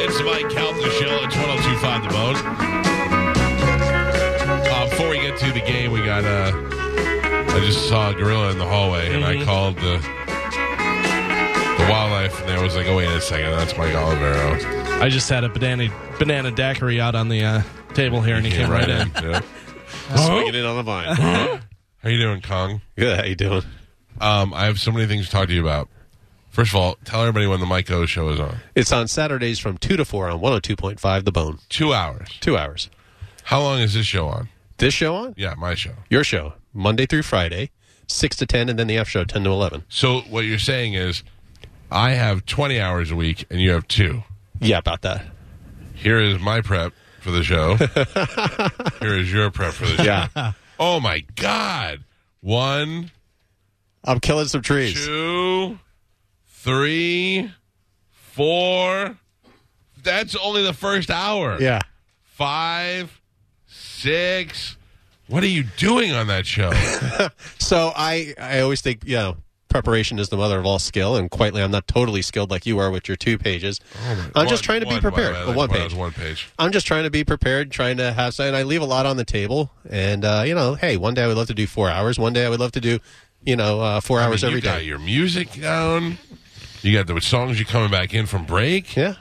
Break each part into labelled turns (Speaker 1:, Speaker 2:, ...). Speaker 1: It's Mike Calvin Show. oh It's 1025 The Bone. Uh, before we get to the game, we got, uh, I just saw a gorilla in the hallway and
Speaker 2: Mm-hmm.
Speaker 1: I called the, the wildlife and there was like, oh, wait a second, that's Mike Olivero.
Speaker 2: I just had a banana banana daiquiri out on the uh, table here, and he came right in. Oh.
Speaker 1: Yeah.
Speaker 3: Swinging it on the vine.
Speaker 1: How you doing, Kong?
Speaker 3: Good. How you doing?
Speaker 1: Um, I have so many things to talk to you about. First of all, tell everybody when the Mike O show is on.
Speaker 3: It's on Saturdays from two to four on 102.5 The Bone.
Speaker 1: Two hours.
Speaker 3: Two hours.
Speaker 1: How long is this show on?
Speaker 3: This show on
Speaker 1: Yeah, my show.
Speaker 3: your show Monday through Friday, six to ten, and then the F show ten to eleven.
Speaker 1: So what you're saying is, I have 20 hours a week and you have two.
Speaker 3: Yeah, about that.
Speaker 1: Here is my prep for the show. Here is your prep for the show.
Speaker 3: Yeah,
Speaker 1: Oh my God. One,
Speaker 3: I'm killing some trees.
Speaker 1: two, three, four. That's only the first hour.
Speaker 3: Yeah,
Speaker 1: Five, six. What are you doing on that show?
Speaker 3: so I I always think you know preparation is the mother of all skill, and quietly I'm not totally skilled like you are with your two pages. I'm just trying to be prepared.
Speaker 1: Oh One,
Speaker 3: Uh,
Speaker 1: one,
Speaker 3: one
Speaker 1: that was
Speaker 3: page.
Speaker 1: one page.
Speaker 3: I'm just trying to be prepared, trying to have, and I leave a lot on the table. And uh, you know, hey, one day I would love to do four hours. One day I would love to do, you know, uh, four
Speaker 1: I mean,
Speaker 3: hours every
Speaker 1: you got
Speaker 3: day.
Speaker 1: your music down. You got the songs you coming back in from break,
Speaker 3: Yeah,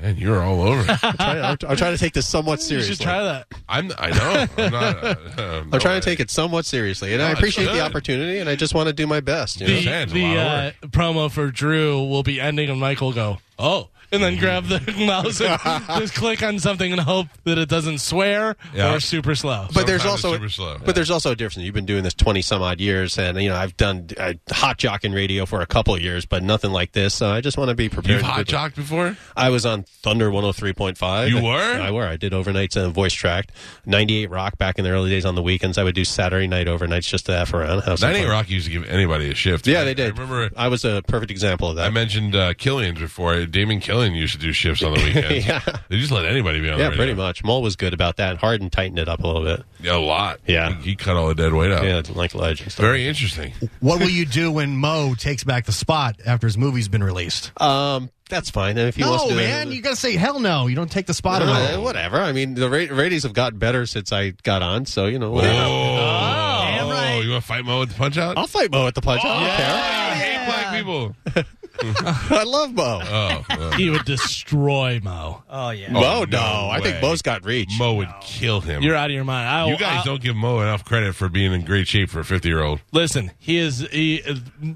Speaker 1: and you're all over. it.
Speaker 3: Try- I'm, I'm trying to take this somewhat seriously.
Speaker 2: You should try that.
Speaker 1: I'm. I know. I'm, not, uh,
Speaker 3: I'm trying to take it somewhat seriously, and I
Speaker 1: it's
Speaker 3: appreciate
Speaker 1: good.
Speaker 3: the opportunity, and I just want to do my best. You know?
Speaker 1: Yeah,
Speaker 2: The,
Speaker 1: it's a lot of
Speaker 2: the uh,
Speaker 1: work.
Speaker 2: promo for Drew will be ending, and Mike will go, "Oh," and then grab the mouse and just click on something and hope that it doesn't swear
Speaker 1: Yeah.
Speaker 2: or super slow.
Speaker 3: but
Speaker 1: Sometimes
Speaker 3: there's
Speaker 1: it's
Speaker 3: also
Speaker 1: super slow.
Speaker 3: but there's also a difference. You've been doing this 20 some odd years, and you know I've done uh, hot jock and radio for a couple of years, but nothing like this. So I just want to be
Speaker 1: You've
Speaker 3: prepared. to do
Speaker 1: hot
Speaker 3: it.
Speaker 1: jocked before.
Speaker 3: I was on Thunder 103.5.
Speaker 1: You were?
Speaker 3: I were. I did overnights and voice tracked. 98 Rock back in the early days on the weekends. I would do Saturday night overnights just to F around. Have some
Speaker 1: Nine Eight
Speaker 3: fun.
Speaker 1: Rock used to give anybody a shift.
Speaker 3: Yeah,
Speaker 1: I-
Speaker 3: they did.
Speaker 1: I remember.
Speaker 3: I was a perfect example of that.
Speaker 1: I mentioned uh, Killian's before. Damon Killian used to do shifts on the weekends.
Speaker 3: Yeah.
Speaker 1: They just let anybody be on.
Speaker 3: yeah,
Speaker 1: the
Speaker 3: pretty much. Mole was good about that. Harden tightened it up a little bit.
Speaker 1: much a lot.
Speaker 3: Yeah.
Speaker 1: he, he cut all the dead weight out.
Speaker 3: Yeah, like legends.
Speaker 1: Very interesting.
Speaker 4: What will you do when Mo takes back the spot after his movie's been released?
Speaker 3: Um, that's fine. And if he wants to
Speaker 4: no,
Speaker 3: do
Speaker 4: Oh, man, you gotta say hell no. You don't take the spot
Speaker 3: Uh,
Speaker 4: away.
Speaker 3: whatever. I mean, the ra- ratings have got better since I got on, so you know,
Speaker 1: Oh,
Speaker 3: whatever.
Speaker 1: Oh, you want to fight Mo with the punch out?
Speaker 3: I'll fight Mo at the punch. I don't
Speaker 1: I hate black people.
Speaker 3: care. I love Mo.
Speaker 1: Oh, uh,
Speaker 2: He would destroy Mo.
Speaker 5: Oh, yeah.
Speaker 3: Mo,
Speaker 1: no
Speaker 3: no, I
Speaker 1: way.
Speaker 3: think Mo's got reach.
Speaker 1: Mo would kill him.
Speaker 2: You're out of your mind. I,
Speaker 1: You guys
Speaker 2: I-
Speaker 1: don't give Mo enough credit for being in great shape for a 50 year old.
Speaker 2: listen. He is. He,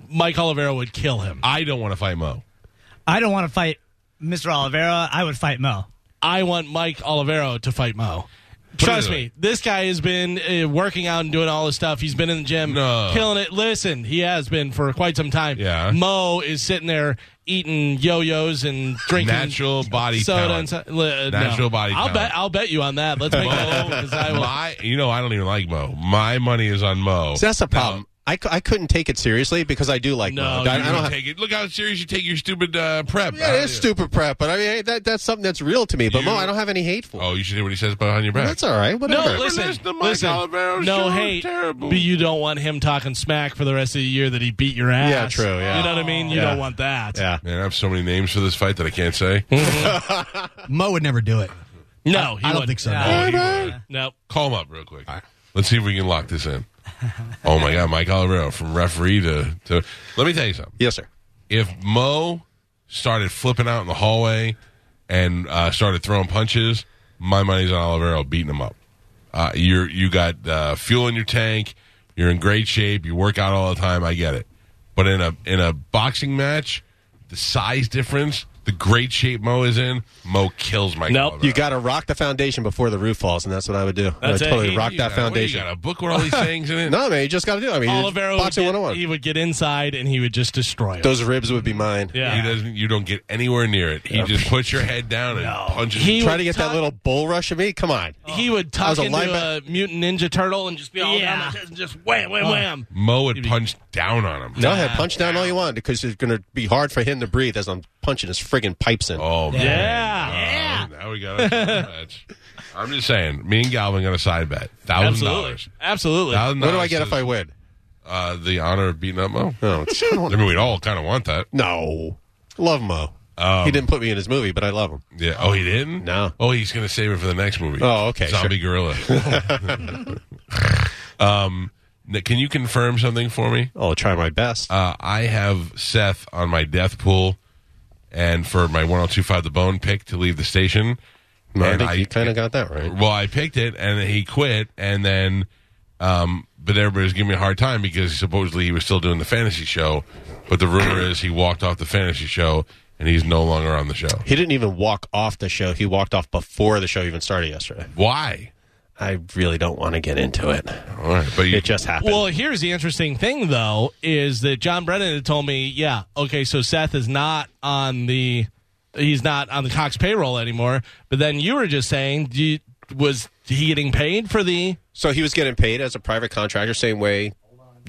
Speaker 2: Mike Olivero would kill him.
Speaker 1: I don't want to fight Mo.
Speaker 6: I don't want to fight Mr. Oliveira. I would fight Mo.
Speaker 2: I want Mike Olivero to fight Mo. Trust
Speaker 1: it
Speaker 2: me, this guy has been uh, working out and doing all this stuff. He's been in the gym,
Speaker 1: No.
Speaker 2: killing it. Listen, he has been for quite some time.
Speaker 1: Yeah.
Speaker 2: Mo is sitting there eating yo-yos and drinking
Speaker 1: Natural body
Speaker 2: soda.
Speaker 1: talent.
Speaker 2: And so, uh, no.
Speaker 1: Natural body
Speaker 2: I'll
Speaker 1: talent.
Speaker 2: bet. I'll bet you on that. Let's make that happen because I will.
Speaker 1: My, you know, I don't even like Mo. My money is on Mo.
Speaker 3: See, that's the problem. I, cou- I couldn't take it seriously because I do like
Speaker 2: No,
Speaker 3: Mo.
Speaker 2: you
Speaker 3: I, I
Speaker 1: You
Speaker 3: don't
Speaker 1: don't
Speaker 3: have,
Speaker 1: take it. Look how serious you take your stupid uh, prep.
Speaker 3: yeah, it is stupid prep, but I mean hey, that, that's something that's real to me. But Mo,
Speaker 1: You-
Speaker 3: I don't have any hate for.
Speaker 1: Oh, you should hear what he says behind your back.
Speaker 3: that's all right.
Speaker 2: No,
Speaker 3: Whatever.
Speaker 2: listen,
Speaker 1: listen to Mike
Speaker 2: listen.
Speaker 1: Olivero.
Speaker 2: no
Speaker 1: Sure,
Speaker 2: hate,
Speaker 1: terrible.
Speaker 2: but you don't want him talking smack for the rest of the year that he beat your ass.
Speaker 3: Yeah, true, yeah.
Speaker 2: You know what I mean? You
Speaker 3: Yeah.
Speaker 2: don't want that.
Speaker 3: yeah.
Speaker 1: Man, I have so many names for this fight that I can't say.
Speaker 2: Hmm?
Speaker 4: Mo would never do it.
Speaker 2: No, he
Speaker 4: I don't
Speaker 2: wouldn't.
Speaker 4: think so.
Speaker 2: No,
Speaker 4: no.
Speaker 2: he wouldn't. Nope.
Speaker 1: Call him up real quick. Let's see if we can lock this in. Oh my God, Mike Olivero from referee to, to. Let me tell you something.
Speaker 3: Yes, sir.
Speaker 1: if Mo started flipping out in the hallway and uh, started throwing punches, my money's on Olivero beating him up. Uh, you're you got uh, fuel in your tank. You're in great shape. You work out all the time. I get it. But in a in a boxing match, the size difference, the great shape Mo is in, Mo kills Mike.
Speaker 2: Nope.
Speaker 1: Oliveira.
Speaker 3: You got to rock the foundation before the roof falls, and that's what I would do. I would
Speaker 2: That's it.
Speaker 3: totally
Speaker 2: He-
Speaker 3: rock
Speaker 1: You
Speaker 3: that
Speaker 1: got-
Speaker 3: foundation.
Speaker 1: What, you got a book with all these things in it.
Speaker 3: No, man, you just got to do. it. I mean,
Speaker 2: Olivero would
Speaker 3: boxing
Speaker 2: get,
Speaker 3: 101.
Speaker 2: he would get inside and he would just destroy him.
Speaker 3: Those ribs would be mine.
Speaker 2: yeah.
Speaker 1: He doesn't. You don't get anywhere near it. He just puts your head down and punches.
Speaker 2: He
Speaker 1: you.
Speaker 3: Try
Speaker 2: would
Speaker 3: to get
Speaker 2: tuck-
Speaker 3: that little bull rush of me. Come on.
Speaker 2: He would
Speaker 3: I was
Speaker 2: tuck
Speaker 3: a
Speaker 2: into
Speaker 3: linebacker.
Speaker 2: a mutant ninja turtle and just be all
Speaker 6: Yeah.
Speaker 2: down on his chest and just wham, wham, wham.
Speaker 1: Mo would punch down on him.
Speaker 3: Go ahead, punch down all you want because it's going to be hard for him to breathe as I'm punching his friggin' pipes in.
Speaker 1: Oh man.
Speaker 2: Yeah.
Speaker 1: Oh, now we got a side match. I'm just saying. Me and Galvin got a side bet. Thousand
Speaker 2: Absolutely.
Speaker 1: dollars.
Speaker 2: Absolutely.
Speaker 1: Thousand
Speaker 3: what do I
Speaker 1: dollars
Speaker 3: get
Speaker 1: to-
Speaker 3: if I win?
Speaker 1: uh, the honor of beating up Mo?
Speaker 3: Oh,
Speaker 1: I mean, we'd all kind of want that.
Speaker 3: no. Love Mo.
Speaker 2: Um,
Speaker 3: he didn't put me in his movie, but I love him.
Speaker 1: Yeah. Oh, he didn't.
Speaker 3: No.
Speaker 1: Oh, he's gonna save it for the next movie.
Speaker 3: Oh, okay,
Speaker 1: Zombie Gorilla. um, n- can you confirm something for me?
Speaker 3: I'll try my best.
Speaker 1: Uh, I have Seth on my death pool, and for my 1025 the bone pick to leave the station.
Speaker 3: No, I
Speaker 1: and
Speaker 3: think you kind of got that right.
Speaker 1: Well, I picked it, and he quit, and then, um, but everybody's giving me a hard time because supposedly he was still doing the fantasy show, but the rumor is he walked off the fantasy show, and he's no longer on the show.
Speaker 3: He didn't even walk off the show. He walked off before the show even started yesterday.
Speaker 1: Why?
Speaker 3: I really don't want to get into it.
Speaker 1: All right, but you,
Speaker 3: It just happened.
Speaker 2: Well, here's the interesting thing, though, is that John Brennan had told me, yeah, okay, so Seth is not on the, he's not on the Cox payroll anymore. But then you were just saying, do you, was he getting paid for the?
Speaker 3: so he was getting paid as a private contractor, same way.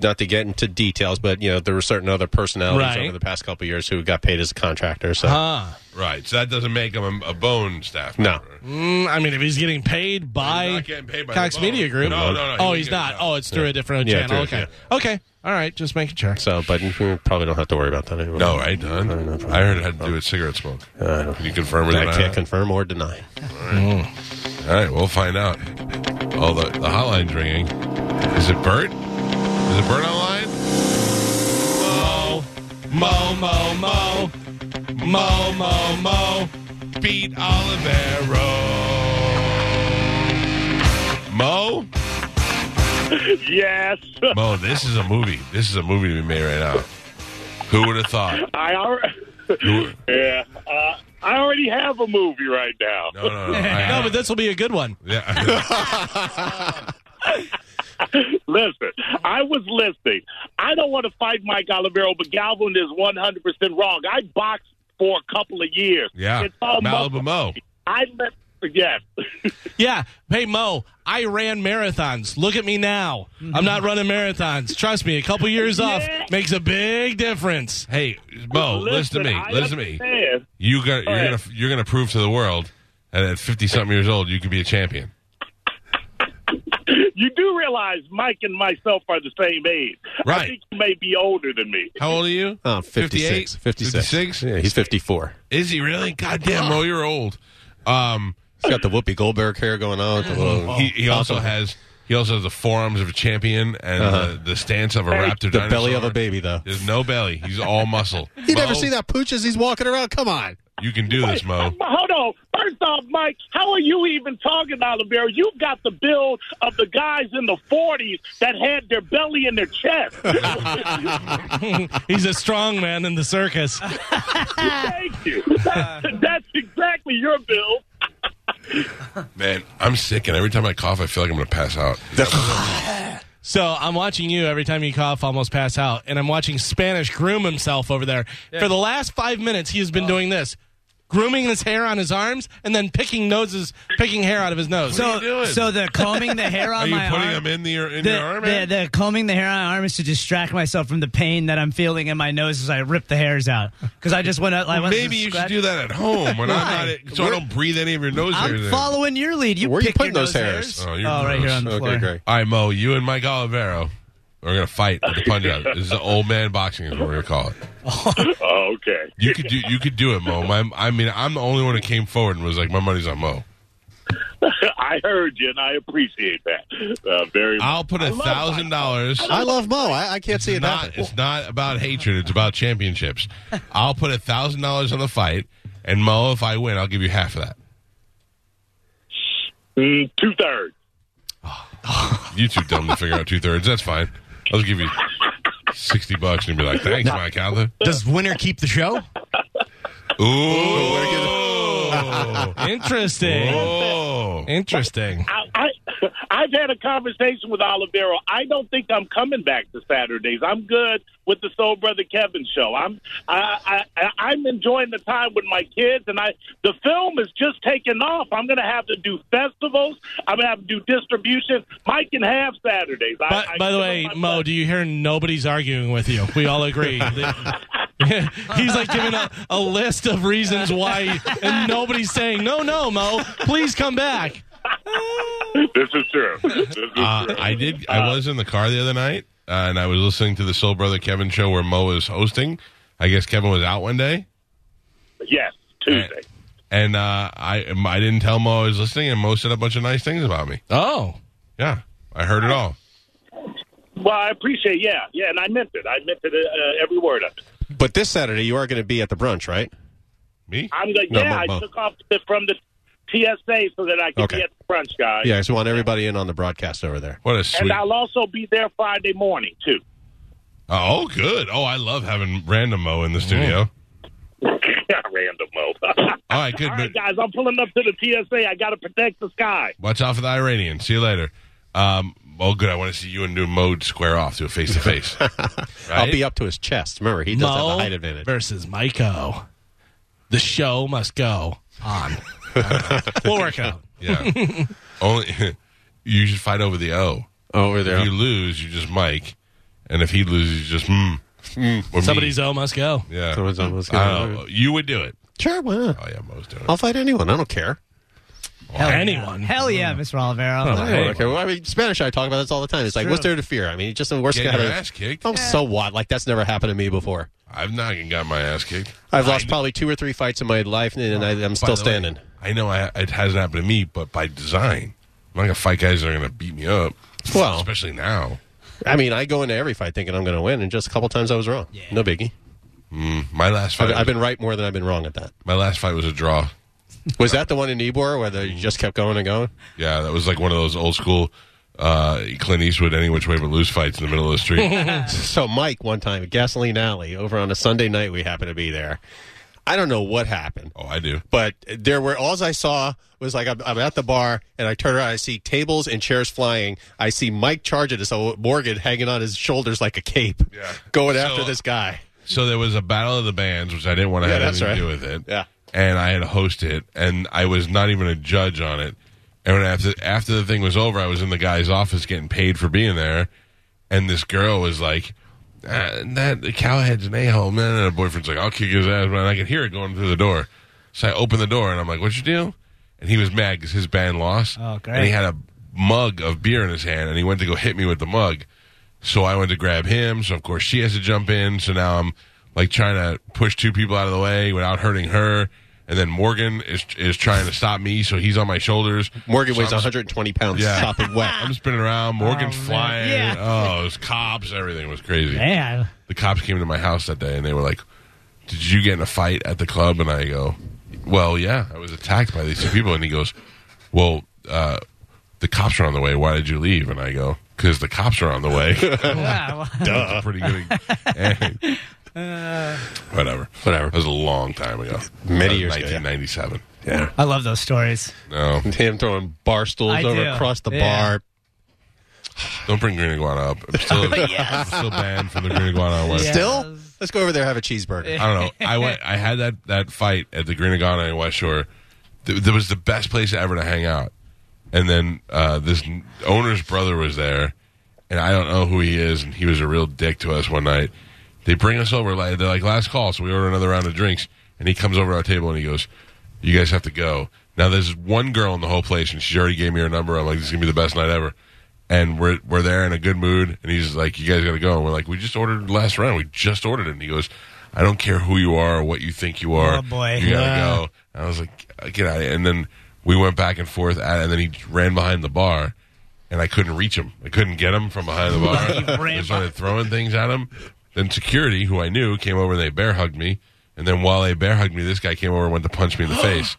Speaker 3: Not to get into details, but you know there were certain other personalities
Speaker 2: Right.
Speaker 3: over the past couple of years who got paid as a contractor. So
Speaker 2: Uh,
Speaker 1: right. So that doesn't make him a, a bone staff.
Speaker 3: No.
Speaker 1: member.
Speaker 2: mm, I mean, if he's getting paid by,
Speaker 1: He's not getting paid by
Speaker 2: Cox
Speaker 1: the Bone.
Speaker 2: Media Group,
Speaker 1: No, no, no, he
Speaker 2: oh,
Speaker 1: was
Speaker 2: he's
Speaker 1: getting
Speaker 2: not.
Speaker 1: paid.
Speaker 2: Oh, it's through a different
Speaker 3: Yeah,
Speaker 2: channel.
Speaker 3: through-
Speaker 2: okay, okay, all right, just making sure.
Speaker 3: So, but you probably don't have to worry about that anymore.
Speaker 1: No, right, Don? I heard it had to do with cigarette smoke. Can you confirm or
Speaker 3: I
Speaker 1: deny?
Speaker 3: can't
Speaker 1: that?
Speaker 3: confirm or deny.
Speaker 1: All right, we'll find out. Oh, the, the hotline's ringing. Is it Bert? Is it Bert online? Mo, Mo, Mo, Mo, Mo, Mo, Mo, beat Olivero. Mo,
Speaker 5: Yes,
Speaker 1: Mo, this is a movie. This is a movie to be made right now. Who would have thought?
Speaker 5: I already.
Speaker 1: Who-
Speaker 5: Yeah, uh, I already have a movie right now.
Speaker 1: no, no, no. I-
Speaker 2: No, but this will be a good one.
Speaker 1: yeah.
Speaker 5: Listen, I was listening. I don't want to fight Mike Olivero, but Galvin is one hundred percent wrong. I boxed for a couple of years.
Speaker 1: yeah.
Speaker 5: it's all
Speaker 1: Malibu Mo.
Speaker 5: I let yes.
Speaker 2: Yeah. Hey, Mo, I ran marathons. Look at me now. I'm not running marathons. Trust me, a couple years off makes a big difference.
Speaker 1: Hey, Mo, Oh, listen, to me.
Speaker 5: I
Speaker 1: listen to me.
Speaker 5: understand.
Speaker 1: You got, you're
Speaker 5: ahead.
Speaker 1: gonna you're gonna prove to the world that at fifty something years old you can be a champion.
Speaker 5: You do realize Mike and myself are the same age. I
Speaker 1: Right.
Speaker 5: think you may be older than me.
Speaker 1: How old are you?
Speaker 3: Oh, 56.
Speaker 1: 56. 56?
Speaker 3: Yeah, he's 54.
Speaker 1: Is he really? God damn, Mo, you're old. Um,
Speaker 3: He's got the Whoopi Goldberg hair going on. with the little-
Speaker 1: he, he also has he also has the forearms of a champion and the, the stance of a raptor.
Speaker 3: the belly of
Speaker 1: dinosaur.
Speaker 3: a baby, though.
Speaker 1: There's no belly. He's all muscle.
Speaker 3: You never
Speaker 1: Mo,
Speaker 3: see that pooch as he's walking around? Come on.
Speaker 1: You can do this, Mo.
Speaker 5: But hold on. First off, Mike, how are you even talking, Olivero? You've got the build of the guys in the 40s that had their belly in their chest.
Speaker 2: He's a strong man in the circus.
Speaker 5: Thank you. That's, that's exactly your build.
Speaker 1: Man, I'm sick, and every time I cough, I feel like I'm going to pass out.
Speaker 2: So I'm watching you every time you cough, almost pass out. And I'm watching Spanish groom himself over there. For the last five minutes, he has been doing this grooming his hair on his arms and then picking noses, picking hair out of his nose.
Speaker 1: are you
Speaker 6: So,
Speaker 1: doing?
Speaker 6: so the combing the hair on
Speaker 1: Are you
Speaker 6: my
Speaker 1: putting
Speaker 6: arm.
Speaker 1: them in the in
Speaker 6: the,
Speaker 1: your arm?
Speaker 6: the,
Speaker 1: man?
Speaker 6: the combing the hair on my arm is to distract myself from the pain that I'm feeling in my nose as I rip the hairs out. Because I just went out. I went
Speaker 1: Maybe you should do that at home when I'm not, at- so I don't breathe any of your nose hairs
Speaker 6: I'm
Speaker 1: in.
Speaker 6: following your lead. You
Speaker 3: Where you
Speaker 6: pick
Speaker 3: putting
Speaker 6: your
Speaker 3: those
Speaker 6: nose
Speaker 3: hairs?
Speaker 1: Oh, you're
Speaker 6: Oh, right here
Speaker 1: gross.
Speaker 6: on the floor.
Speaker 3: Okay, great.
Speaker 1: All right, Mo, you and Mike Olivero are going to fight at the Punjab. this is the old man boxing is what we're going to call it.
Speaker 5: Oh, okay.
Speaker 1: You could do you could do it, Mo. My, I mean, I'm the only one who came forward and was like, my money's on Mo.
Speaker 5: I heard you, and I appreciate that uh, very much.
Speaker 1: I'll put a thousand dollars.
Speaker 3: I love Mo. I, I can't see it
Speaker 1: Not
Speaker 3: happen.
Speaker 1: it's not about hatred. It's about championships. I'll put a thousand dollars on the fight, and Mo, if I win, I'll give you half of that.
Speaker 5: Mm, Two thirds.
Speaker 1: You too dumb to figure out two thirds. That's fine. I'll give you. 60 bucks and you'd be like, thanks, Mike Allen.
Speaker 4: Does winner keep the show?
Speaker 1: Ooh.
Speaker 2: Interesting.
Speaker 1: Oh.
Speaker 2: Interesting.
Speaker 5: I, I I've had a conversation with Olivero. I don't think I'm coming back to Saturdays. I'm good with the Soul Brother Kevin show. I'm I, I I- I'm enjoying the time with my kids, and I the film is just taking off. I'm going to have to do festivals. I'm going to have to do distribution. Mike can have Saturdays. I-
Speaker 2: But
Speaker 5: I
Speaker 2: by the
Speaker 5: give
Speaker 2: way,
Speaker 5: up my
Speaker 2: Mo, do you hear nobody's arguing with you? We all agree. He's like giving a, a list of reasons why, and nobody's saying, no, no, Mo, please come back.
Speaker 5: This is true. This is
Speaker 1: Uh, I did. I was in the car the other night, uh, and I was listening to the Soul Brother Kevin show where Mo was hosting. I guess Kevin was out one day,
Speaker 5: true. Yes, Tuesday.
Speaker 1: and uh, I I didn't tell Mo I was listening, and Mo said a bunch of nice things about me.
Speaker 2: Oh.
Speaker 1: Yeah, I heard it all.
Speaker 5: Well, I appreciate. Yeah, yeah, and I meant it. I meant it. Uh, every word of it.
Speaker 3: But this Saturday, you are going to be at the brunch, right?
Speaker 1: Me?
Speaker 5: I'm like,
Speaker 3: No,
Speaker 5: yeah,
Speaker 3: Mo- Mo.
Speaker 5: I took off the, from the TSA so that I could
Speaker 3: Okay.
Speaker 5: be at the brunch, guys.
Speaker 3: Yeah, I just want everybody in on the broadcast over there.
Speaker 1: What a
Speaker 5: And
Speaker 1: sweet.
Speaker 5: I'll also be there Friday morning too.
Speaker 1: Oh, good. Oh, I love having random Mo in the studio.
Speaker 5: Random Mo. All
Speaker 1: All right, good.
Speaker 5: right,
Speaker 1: But
Speaker 5: guys, I'm pulling up to the TSA. I got to protect the sky.
Speaker 1: watch out for the Iranian. See you later. Um, oh, good. I want to see you and new mode square off to a face to face.
Speaker 3: I'll be up to his chest. Remember, he does have
Speaker 2: Mo
Speaker 3: the height advantage.
Speaker 2: versus Maiko. The show must go on. we'll work it out.
Speaker 1: Yeah. Only you should fight over the O.
Speaker 3: Over
Speaker 1: If you lose, you just Mike, and if he loses, you just mm. Or me.
Speaker 2: Somebody's O must go.
Speaker 1: yeah.
Speaker 3: Someone's almost
Speaker 1: I
Speaker 3: gonna-
Speaker 1: don't know. You would do it.
Speaker 3: Sure, why not?
Speaker 1: Oh yeah, Mo's doing it. Oh,
Speaker 3: I'll fight anyone. I don't care.
Speaker 2: Anyone.
Speaker 6: Hell yeah, Mr. Olivero.
Speaker 3: I don't care. Well, I mean, Spanish, I talk about this all the time. It's like, what's there to fear? I mean, just the worst
Speaker 1: Get
Speaker 3: guy.
Speaker 1: your
Speaker 3: to-
Speaker 1: ass kicked.
Speaker 3: Oh, so what? Like, that's never happened to me before.
Speaker 1: I've not even got my ass kicked.
Speaker 3: I've lost probably two or three fights in my life, and I, I'm
Speaker 1: By
Speaker 3: still
Speaker 1: the way,
Speaker 3: standing.
Speaker 1: I know I, it hasn't happened to me, but by design, I'm not gonna fight guys that are gonna beat me up.
Speaker 3: Well.
Speaker 1: especially now.
Speaker 3: I mean, I go into every fight thinking I'm going to win, and just a couple times I was wrong. No biggie.
Speaker 1: My last fight.
Speaker 3: I've, I've
Speaker 1: was-
Speaker 3: been right more than I've been wrong at that.
Speaker 1: my last fight was a draw.
Speaker 3: Was that the one in Ebor where they just kept going and going?
Speaker 1: Yeah, that was like one of those old school uh, Clint Eastwood any which way but lose fights in the middle of the street.
Speaker 3: So Mike, one time at Gasoline Alley, over on a Sunday night, we happened to be there. I don't know what happened,
Speaker 1: oh, I do.
Speaker 3: but there were all I saw was like I'm, I'm at the bar and I turn around, I see tables and chairs flying. I see Mike charge at us, so Morgan hanging on his shoulders like a cape,
Speaker 1: Yeah.
Speaker 3: going
Speaker 1: So-
Speaker 3: after this guy.
Speaker 1: So there was a battle of the bands, which I didn't want to
Speaker 3: Yeah,
Speaker 1: have
Speaker 3: that's
Speaker 1: anything to do
Speaker 3: right.
Speaker 1: with it.
Speaker 3: Yeah.
Speaker 1: And I had to host it, and I was not even a judge on it. And when after after the thing was over, I was in the guy's office getting paid for being there, and this girl was like, uh, "That cowhead's an a-hole, man." And her boyfriend's like, "I'll kick his ass," man. And I could hear it going through the door, so I opened the door, and I'm like, "What's your deal?" And he was mad because his band lost.
Speaker 6: Oh, great.
Speaker 1: And he had a mug of beer in his hand, and he went to go hit me with the mug. So I went to grab him. So of course she has to jump in. So now I'm like trying to push two people out of the way without hurting her. And then Morgan is is trying to stop me, so he's on my shoulders.
Speaker 3: Morgan
Speaker 1: So
Speaker 3: weighs
Speaker 1: I'm-
Speaker 3: 120 pounds,
Speaker 1: Yeah.
Speaker 3: sopping wet.
Speaker 1: I'm spinning around. Morgan's
Speaker 6: man.
Speaker 1: flying.
Speaker 6: Yeah.
Speaker 1: Oh, it was cops. Everything was crazy.
Speaker 6: Man.
Speaker 1: The cops came to my house that day and they were like, "Did you get in a fight at the club?" And I go, "Well, yeah, I was attacked by these two people." And he goes, "Well, uh, the cops are on the way. Why did you leave?" And I go, "Because the cops are on the way."
Speaker 6: Wow.
Speaker 1: That's a pretty good. whatever,
Speaker 3: Uh. Whatever.
Speaker 1: That was a long time ago. Uh,
Speaker 3: Many years ago, yeah.
Speaker 1: 1997.
Speaker 3: Yeah.
Speaker 6: I love those stories.
Speaker 1: No,
Speaker 3: Him throwing bar stools
Speaker 6: I
Speaker 3: over
Speaker 6: do.
Speaker 3: across the
Speaker 6: Yeah.
Speaker 3: bar.
Speaker 1: don't bring green iguana up. I'm still, I'm still banned from the green iguana. West.
Speaker 6: Yeah.
Speaker 3: Still, let's go over there and have a cheeseburger.
Speaker 1: I don't know. I went. I had that that fight at the Green Iguana in West Shore. Th- That was the best place ever to hang out. And then uh, this n- owner's brother was there, and I don't know who he is, and he was a real dick to us one night. They bring us over, like they're like last call, so we order another round of drinks, and he comes over to our table and he goes, "You guys have to go." Now there's one girl in the whole place, and she already gave me her number. I'm like, "This is gonna be the best night ever." And we're we're there in a good mood, and he's like, "You guys gotta go." And we're like, "We just ordered the last round. We just ordered it." And he goes, "I don't care who you are or what you think you are.
Speaker 6: Oh, boy.
Speaker 1: you gotta
Speaker 6: Wow.
Speaker 1: go." And I was like, "Uh, "Get out!" Of here. And then we went back and forth, at, and then he ran behind the bar, and I couldn't reach him. I couldn't get him from behind the bar.
Speaker 6: ran
Speaker 1: I started throwing things at him. Then security, who I knew, came over and they bear hugged me. And then while they bear hugged me, this guy came over and went to punch me in the face.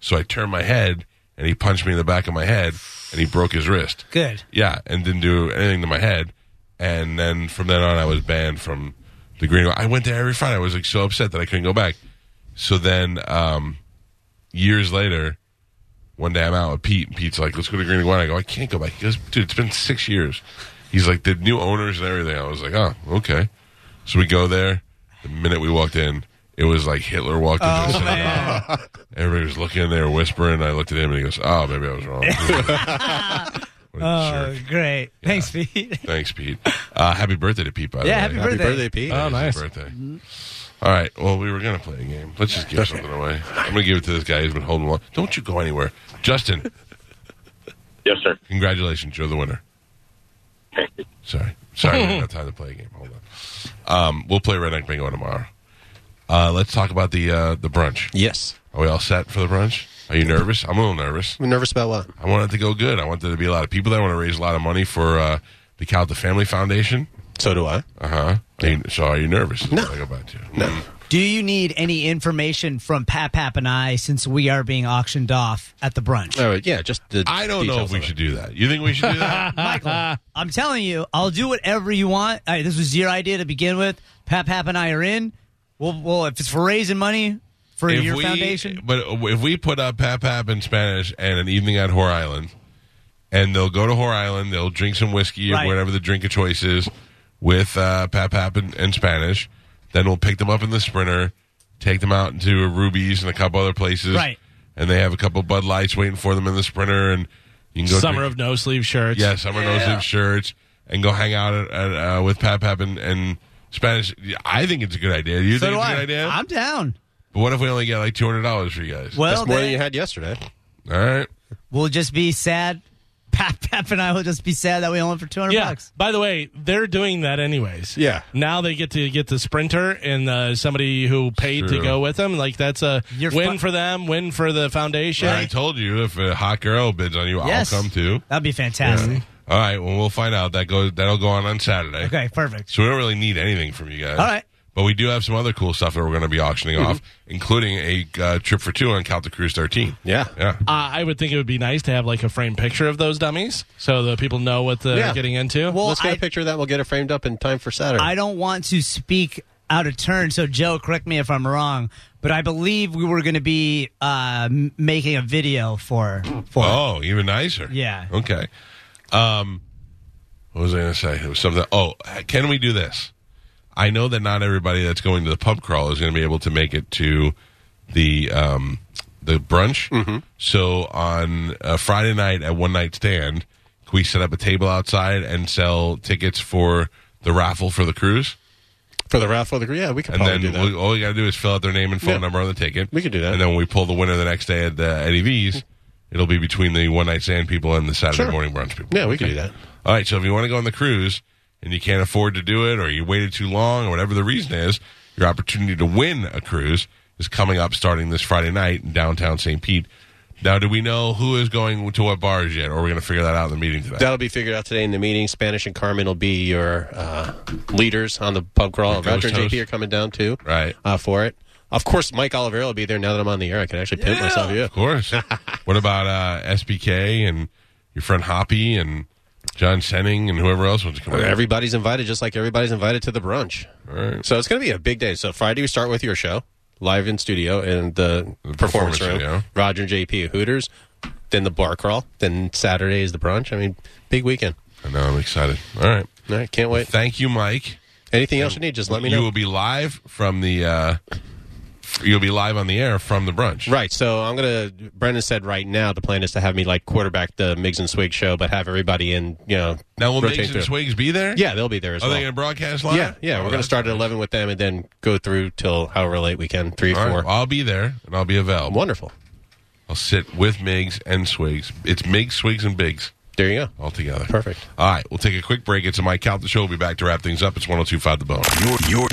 Speaker 1: So I turned my head, and he punched me in the back of my head, and he broke his wrist.
Speaker 6: Good.
Speaker 1: Yeah, and didn't do anything to my head. and then from then on, I was banned from the Green. I went there every Friday. I was like so upset that I couldn't go back. So then, um, years later, one day I'm out with Pete, and Pete's like, "Let's go to Green Iguana." I go, "I can't go back." He goes, "Dude, it's been six years." He's like, "The new owners and everything." I was like, "Oh, okay." So we go there. The minute we walked in, it was like Hitler walked into the synagogue. Everybody was looking in there, whispering. I looked at him, and he goes, "Oh, maybe I was wrong." What a
Speaker 6: Oh,
Speaker 1: jerk.
Speaker 6: great. Thanks, Pete.
Speaker 1: Thanks, Pete. Uh, happy birthday to Pete, by the
Speaker 6: Yeah,
Speaker 1: way.
Speaker 6: happy
Speaker 3: Happy
Speaker 6: Birthday. Oh,
Speaker 3: birthday, Pete.
Speaker 1: It is his birthday. All right. Well, we were going to play a game. Let's just give something away. I'm going to give it to this guy who's been holding on. Don't you go anywhere. Justin,
Speaker 5: Yes, sir.
Speaker 1: congratulations. You're the winner. Sorry. Sorry, we don't have time to play a game. Hold on. Um, we'll play Redneck Bingo tomorrow. Uh, let's talk about the uh, the brunch.
Speaker 3: Yes.
Speaker 1: Are we all set for the brunch? Are you nervous? I'm a little nervous.
Speaker 3: I'm nervous about what?
Speaker 1: I want it to go good. I want there to be a lot of people there. I want to raise a lot of money for uh, the Cal the Family Foundation.
Speaker 3: So do I.
Speaker 1: Uh huh. So are you nervous? is
Speaker 3: No.
Speaker 1: what I go back to.
Speaker 6: Do you need any information from Pat Pap and I since we are being auctioned off at the brunch?
Speaker 3: All right. Oh, Yeah. Just the
Speaker 1: I don't know
Speaker 3: details
Speaker 1: if we
Speaker 3: of it.
Speaker 1: should do that. You think we should do that?
Speaker 6: Michael, I'm telling you, I'll do whatever you want. All right, this was your idea to begin with. Pat Pap and I are in. Well, well if it's for raising money for your
Speaker 1: we,
Speaker 6: foundation,
Speaker 1: But if we put up Pap Pap in Spanish and an evening at Whore Island, and they'll go to Whore Island, they'll drink some whiskey
Speaker 6: Right.
Speaker 1: or whatever the drink of choice is with uh, Pap Pap in, in Spanish. Then we'll pick them up in the Sprinter, take them out into a Ruby's and a couple other places.
Speaker 6: Right.
Speaker 1: And they have a couple Bud Lights waiting for them in the Sprinter, and you can go
Speaker 2: Summer
Speaker 1: drink-
Speaker 2: of no sleeve shirts.
Speaker 1: Yeah, summer no sleeve shirts and go hang out at, at, uh, with Pap Pap and, and Spanish. I think it's a good idea. You
Speaker 6: so
Speaker 1: think
Speaker 6: do
Speaker 1: it's a
Speaker 6: I.
Speaker 1: good idea?
Speaker 6: I'm down.
Speaker 1: but what if we only get like two hundred dollars for you guys?
Speaker 6: Well,
Speaker 3: That's more
Speaker 6: then
Speaker 3: than you had yesterday.
Speaker 1: All right.
Speaker 6: we'll just be sad. Pat Pap and I will just be sad that we only for 200
Speaker 2: Yeah.
Speaker 6: bucks.
Speaker 2: By the way, they're doing that anyways.
Speaker 3: Yeah.
Speaker 2: Now they get to get the sprinter and uh, somebody who paid to
Speaker 1: True.
Speaker 2: go with them. Like that's a
Speaker 6: You're
Speaker 2: win
Speaker 6: fu-
Speaker 2: for them, win for the foundation.
Speaker 1: I told you if a hot girl bids on you,
Speaker 6: Yes.
Speaker 1: I'll come too.
Speaker 6: That'd be fantastic.
Speaker 1: All right. Well, we'll find out. That goes. That'll go on on Saturday.
Speaker 6: Okay, perfect.
Speaker 1: So we don't really need anything from you guys.
Speaker 6: All right. Mm-hmm.
Speaker 1: But we do have some other cool stuff that we're going to be auctioning off, including a uh, trip for two on Calta Cruise 13.
Speaker 3: Yeah.
Speaker 1: Yeah.
Speaker 2: Uh, I would think it would be nice to have like a framed picture of those dummies so the people know what they're
Speaker 3: Yeah.
Speaker 2: getting into.
Speaker 6: Well,
Speaker 3: Let's get a
Speaker 6: I-
Speaker 3: picture of that. We'll get it framed up in time for Saturday.
Speaker 6: I don't want to speak out of turn, so Joe, correct me if I'm wrong, but I believe we were going to be uh, m- making a video for for.
Speaker 1: Oh, even nicer.
Speaker 6: Yeah.
Speaker 1: Okay. Um, what was I going to say? It was something. Oh, can we do this? I know that not everybody that's going to the pub crawl is going to be able to make it to the um, the brunch. So on uh, Friday night at One Night Stand, can we set up a table outside and sell tickets for the raffle for the cruise?
Speaker 3: for the raffle. the- Yeah, we could
Speaker 1: And
Speaker 3: probably
Speaker 1: then
Speaker 3: do that.
Speaker 1: we- all you got to do is fill out their name and phone
Speaker 3: Yeah.
Speaker 1: number on the ticket.
Speaker 3: We could do that. Mm-hmm.
Speaker 1: And then when we pull the winner the next day at the Eddie V's, it'll be between the one night stand people and the Saturday
Speaker 3: Sure.
Speaker 1: morning brunch people.
Speaker 3: yeah, we could do that.
Speaker 1: All right. So if you want to go on the cruise and you can't afford to do it, or you waited too long, or whatever the reason is, your opportunity to win a cruise is coming up starting this Friday night in downtown St. Pete. Now, do we know who is going to what bars yet, or are we going to figure that out in the meeting today?
Speaker 3: That'll be figured out today in the meeting. Spanish and Carmen will be your uh, leaders on the pub crawl.
Speaker 1: Ghost
Speaker 3: Roger and JP
Speaker 1: host.
Speaker 3: are coming down too.
Speaker 1: Right.
Speaker 3: Uh, for it. Of course, Mike Oliveira will be there now that I'm on the air. I can actually pimp myself. Yeah.
Speaker 1: Of course. what about uh, SBK and your friend Hoppy and John Senning and whoever else wants to come over?
Speaker 3: Everybody's invited, just like everybody's invited to the brunch.
Speaker 1: All right.
Speaker 3: So it's going to be a big day. So Friday, we start with your show live in studio in the, performance,
Speaker 1: performance
Speaker 3: room.
Speaker 1: studio.
Speaker 3: Roger and JP at Hooters. Then the bar crawl. Then Saturday is the brunch. I mean, big weekend.
Speaker 1: I know. I'm excited. All right.
Speaker 3: All right, can't wait.
Speaker 1: Thank you, Mike.
Speaker 3: Anything else you need, just let me
Speaker 1: You
Speaker 3: know.
Speaker 1: will be live from the. Uh, you'll be live on the air from the brunch.
Speaker 3: Right. So I'm gonna. Brendan said right now the plan is to have me like quarterback the Miggs and Swig show, but have everybody in. You know,
Speaker 1: Now will
Speaker 3: rotate
Speaker 1: Miggs and
Speaker 3: through.
Speaker 1: Swigs be there?
Speaker 3: Yeah, they'll be there as
Speaker 1: Are they
Speaker 3: well.
Speaker 1: going to broadcast live?
Speaker 3: yeah, yeah.
Speaker 1: Oh,
Speaker 3: we're gonna
Speaker 1: that's
Speaker 3: start at
Speaker 1: nice.
Speaker 3: 11 with them, and then go through till however late we can, three,
Speaker 1: All right,
Speaker 3: four.
Speaker 1: well, I'll be there and I'll be available.
Speaker 3: Wonderful.
Speaker 1: I'll sit with Miggs and Swigs. It's Miggs, Swigs, and Biggs.
Speaker 3: There you go.
Speaker 1: all together.
Speaker 3: Perfect.
Speaker 1: All right, we'll take a quick break. It's a Mike Calta show. We'll be back to wrap things up. It's 1025 The Bone.
Speaker 7: You're, you're,